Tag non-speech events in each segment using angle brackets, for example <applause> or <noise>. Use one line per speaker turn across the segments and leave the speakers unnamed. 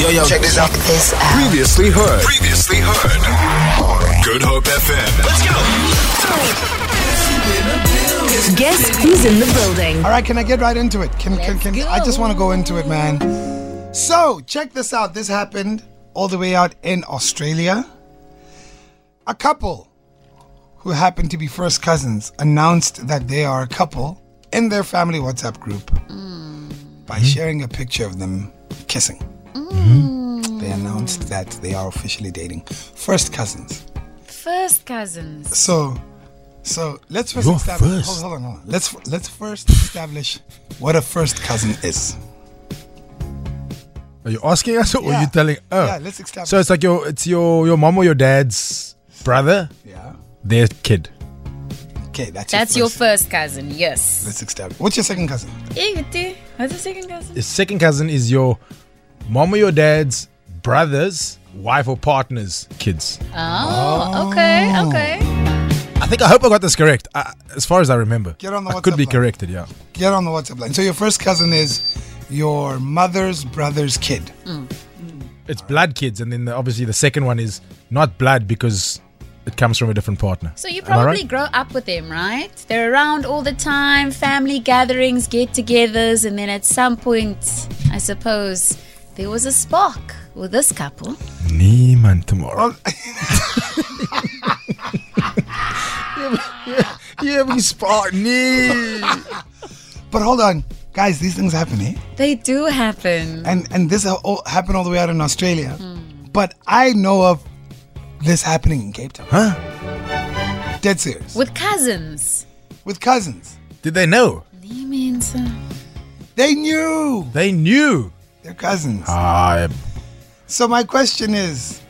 Yo, yo, check this out.
This out.
Previously heard.
Previously heard. Good Hope FM. Let's go.
Guess who's in the building?
All right, can I get right into it? Can can, can I just want to go into it, man. So, check this out. This happened all the way out in Australia. A couple who happened to be first cousins announced that they are a couple in their family WhatsApp group by sharing a picture of them kissing. They announced that they are officially dating first cousins.
First cousins.
So, so let's 1st
You're
establish.
first.
Hold, hold on, hold on. Let's let's first establish what a first cousin is.
Are you asking us or are
Yeah.
you telling? Oh,
Yeah, let's establish.
so it's like your it's your your mom or your dad's brother,
Yeah.
their kid.
Okay, that's
That's your first cousin, yes.
Let's establish. What's your second cousin?
Eguti. What's Eh, the second cousin?
Your second cousin is your mom or your dad's brother's wife or partner's kids.
Oh, okay, okay.
I think I hope I got this correct. I, as far as I remember,
Get on the
I could
WhatsApp
be
line.
corrected. Yeah.
Get on the WhatsApp line. So your first cousin is your mother's brother's kid.
Mm.
It's blood kids, and then the, obviously the second one is not blood because it comes from a different partner.
So you
Am I right?
probably grow up with them, right? They're around all the time, family gatherings, get togethers, and then at some point, I suppose, there was a spark with this couple.
Niemand tomorrow. <laughs> yeah, we spot nee.
But hold on, guys, these things happen, eh?
They do happen.
And and this all happened all the way out in Australia.
Hmm.
But I know of this happening in Cape Town.
Huh?
Dead serious.
With cousins.
With cousins.
Did they know?
Nee, mense.
They knew
They knew.
they're cousins.
Ah,
So my question is,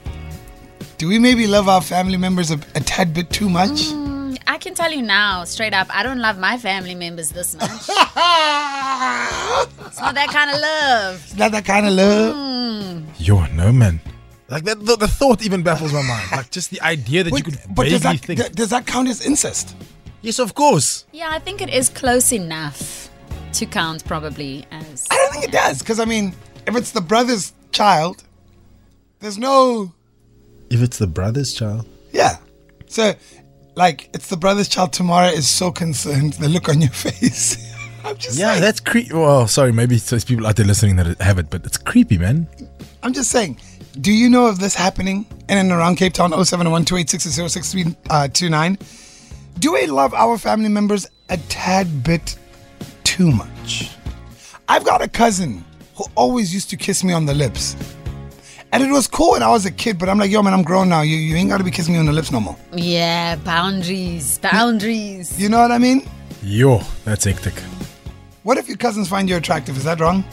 do we maybe love our family members a, a tad bit too much?
Mm.
Mm, I can tell you now, straight up, I don't love my family members this much. it's not that kind of love.
<laughs> Is that that kind of love?
Mm. you're no man. Like that, the, the thought even baffles my mind. Like just the idea that you
Wait,
could
but
vaguely
does that,
think.
th- does that count as incest?
yes, of course.
Yeah, I think it is close enough to count probably as.
I don't think it does, because I mean, if it's the brother's child, there's no
If it's the brother's child.
yeah. So, like, it's the brother's child. Tomorrow is so concerned. The look on your <laughs> face. I'm just
Yeah,
saying,
that's creepy. Well, sorry, maybe it's those people out there listening that have it, but it's creepy, man.
I'm just saying. Do you know of this happening in and around Cape Town? 071 286 uh, 29. Do we love our family members a tad bit too much? I've got a cousin who always used to kiss me on the lips. And it was cool when I was a kid, but I'm like, yo, man, I'm grown now. You, you ain't got to be kissing me on the lips no more.
Yeah, boundaries, boundaries.
You know what I mean?
Yo, that's hectic.
What if your cousins find you attractive? Is that wrong?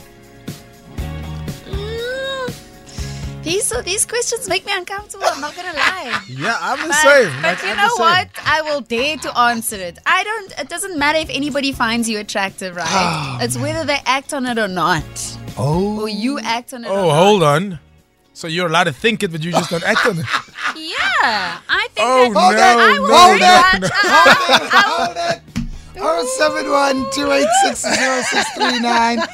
Mm. These, these questions make me uncomfortable, I'm not <laughs> gonna lie.
Yeah, I'm the
But,
same.
but you know what? I will dare to answer it. I don't. It doesn't matter if anybody finds you attractive, <gasps> right? it's whether they act on it or not,
Oh.
or you act on it.
Oh,
or
hold on. So you're allowed to think it, but you just don't act
<laughs>
on it.
not. yeah. I think.
Oh,
that,
no,
I will
no, no,
do that.
no.
<laughs> I- I- I will-
Hold it. 071 286 0639.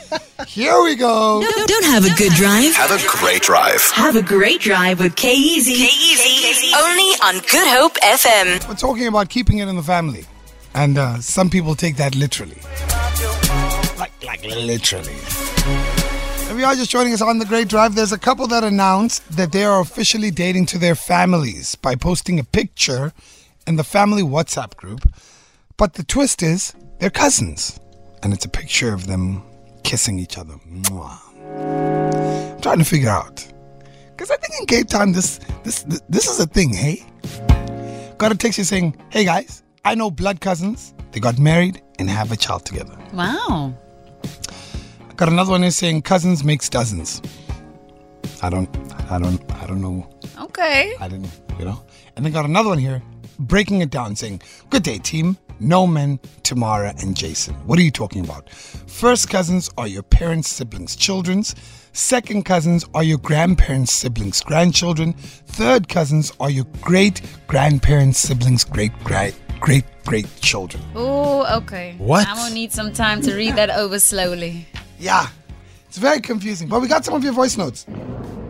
Here we go.
Don't, don't have a good drive.
Have a great drive.
Have a great drive with K-Easy. K-Easy. Only on Good Hope FM.
We're talking about keeping it in the family. And uh, some people take that literally. Like, like literally. If you are just joining us on The Great Drive, there's a couple that announced that they are officially dating to their families by posting a picture in the family WhatsApp group. But the twist is they're cousins. And it's a picture of them kissing each other. Mwah. I'm trying to figure out. Because I think in Cape Town, this, this, this, this is a thing, hey? got a text you saying, Hey guys, I know blood cousins. They got married and have a child together.
Wow.
Got another one who's saying cousins makes dozens. I don't I don't I don't know.
Okay.
I didn't you know? And then got another one here breaking it down saying, Good day team, Noman, Tamara, and Jason. What are you talking about? First cousins are your parents' siblings' children's. Second cousins are your grandparents' siblings' grandchildren. Third cousins are your great grandparents' siblings' great great great great children.
Oh, okay.
What?
I will need some time to read that over slowly.
Yeah. It's very confusing. But we got some of your voice notes.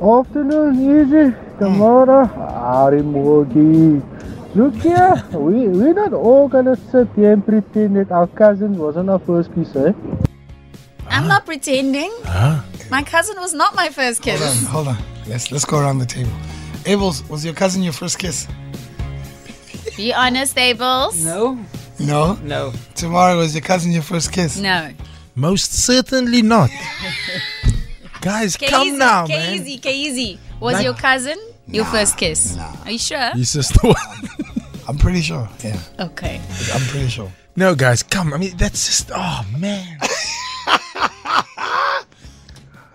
Afternoon, easy. Tomorrow, Arimogi. Look here, we, we're not all gonna sit here and pretend that our cousin wasn't our first kiss, eh?
I'm not pretending. My cousin was not my first kiss.
Hold on, hold on. Let's let's go around the table. Abels, was your cousin your first kiss?
Be honest, Abels.
No,
No.
no.
Tomorrow was your cousin your first kiss?
No.
Most certainly not. Guys,
E
come now, man.
K-Easy, K-Easy. E Was
Like-
your cousin your first kiss? Are you sure?
He's just the one.
I'm pretty sure. Yeah,
Okay.
I'm pretty sure.
No, guys, come. I mean, that's just. Oh
<laughs>
man.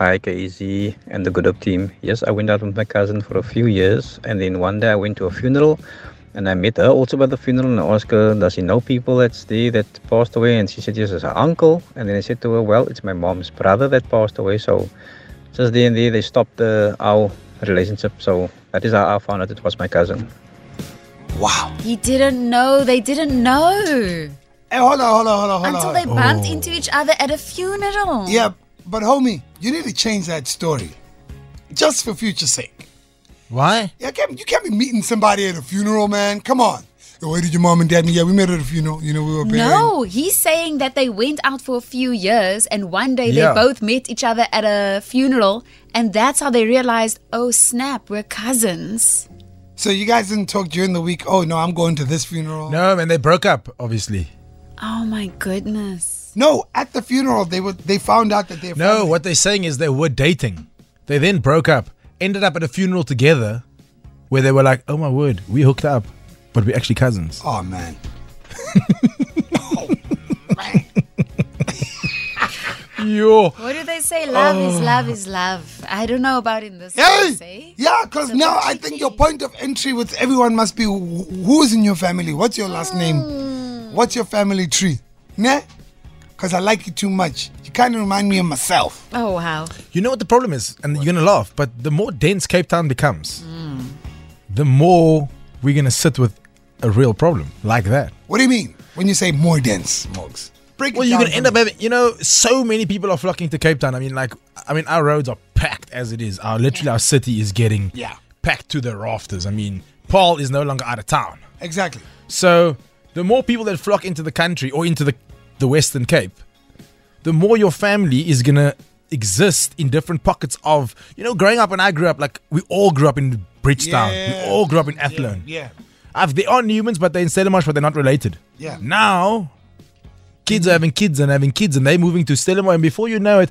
Hi, KZ and the Good Up team. Yes, I went out with my cousin for a few years, and then one day I went to a funeral, and I met her also by the funeral, and I asked her, "Does she know people that's there that passed away?" And she said, "Yes, it's her uncle." And then I said to her, "Well, it's my mom's brother that passed away." So, just there and there, they stopped the, our relationship. So that is how I found out it was my cousin.
Wow.
He didn't know. They didn't know
Hey, hold on, hold on, hold on, hold
until
on.
they bumped
Oh.
into each other at a funeral.
Yeah, but homie, you need to change that story, just for future's sake.
Why?
Yeah, can't, you can't be meeting somebody at a funeral, man. Come on. Yo, Where did your mom and dad meet? Yeah, we met at a funeral. You know, we were burying.
No, he's saying that they went out for a few years and one day
Yeah.
they both met each other at a funeral and that's how they realized, oh snap, we're cousins.
So you guys didn't talk during the week. Oh no, I'm going to this funeral.
No, man. They broke up, obviously.
Oh my goodness.
No, at the funeral they were. They found out that they're.
No,
family.
what they're saying is they were dating. They then broke up, ended up at a funeral together, where they were like, "Oh my word, we hooked up, but we're actually cousins."
Oh man.
Yo,
What do they say? Love is love is love. I don't know about in this case, eh?
Oh. Hey. Yeah, because
So
now
what
I
she
think your
did.
point of entry with everyone must be wh- who's in your family. What's your last name? What's your family tree? Nah. Because I like you too much. You kind of remind me of myself.
Oh wow.
you know what the problem is, and you're gonna laugh, but the more dense Cape Town becomes, the more we're gonna sit with a real problem like that.
What do you mean when you say more dense, Mogs? Break
Well,
it
you're
down
gonna
for
end
me.
up having, you know, so many people are flocking to Cape Town. I mean, like, I mean, our roads are packed as it is. Our literally our city is getting
Yeah.
packed to the rafters. I mean, Paul is no longer out of town.
Exactly.
So the more people that flock into the country or into the, the Western Cape, the more your family is gonna exist in different pockets of you know, growing up when I grew up, like we all grew up in Bridgetown.
Yeah.
We all grew up in Athlone.
Yeah.
I've, they are humans, but they're in Stellenbosch, but they're not related.
Yeah.
Now, kids are having kids and having kids, and they're moving to Stellenbosch, and before you know it,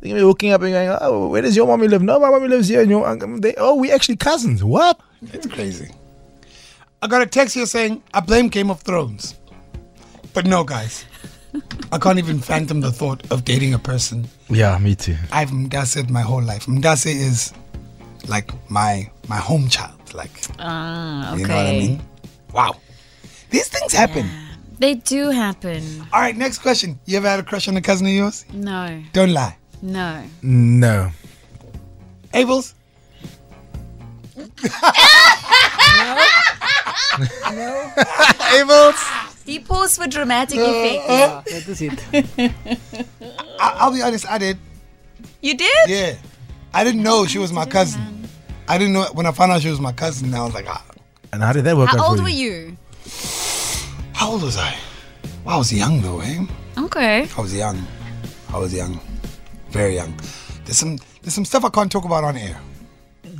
they're gonna be hooking up and going, "Oh, where does your mommy live? No, my mommy lives here." And your uncle, they, oh, we actually cousins. What?
It's crazy. I got a text here saying, I blame Game of Thrones. But no, guys. I can't even fathom the thought of dating a person
Yeah, me too.
I've Mdase my whole life. Mdase is like my my home child. Like
Ah, okay.
you know what I mean? Wow. These things happen.
They do happen.
All right, next question. You ever had a crush on a cousin of yours?
No.
Don't lie.
No.
No.
Abels? <laughs> Abels?
He paused for dramatic
Uh,
effect.
Ah, that is it.
I- I'll be honest, I did.
You did?
Yeah. I didn't know she was my cousin. I didn't know when I found out she was my cousin, I was like, ah,
And how did that work out
How
for
old
you?
were you?
how old was I? Well, I was young though, eh?
Okay.
I was young. I was young. Very young. There's some there's some stuff I can't talk about on air.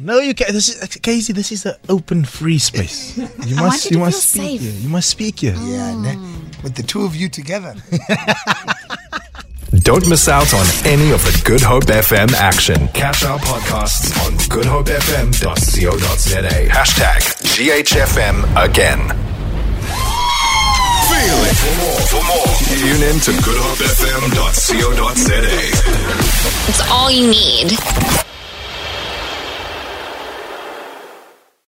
No, you can't. This is Casey. This is an open, free
<laughs>
space. You
want
must,
you
you
to
must
feel
speak
safe.
here. You must speak here.
Yeah, ne- with the two of you together.
Don't miss out on any of the Good Hope FM action. Catch our podcasts on goodhopefm.co.za. Hashtag GHFM again. Feel it for more. For more, tune in to goodhopefm.co.za.
It's all you need.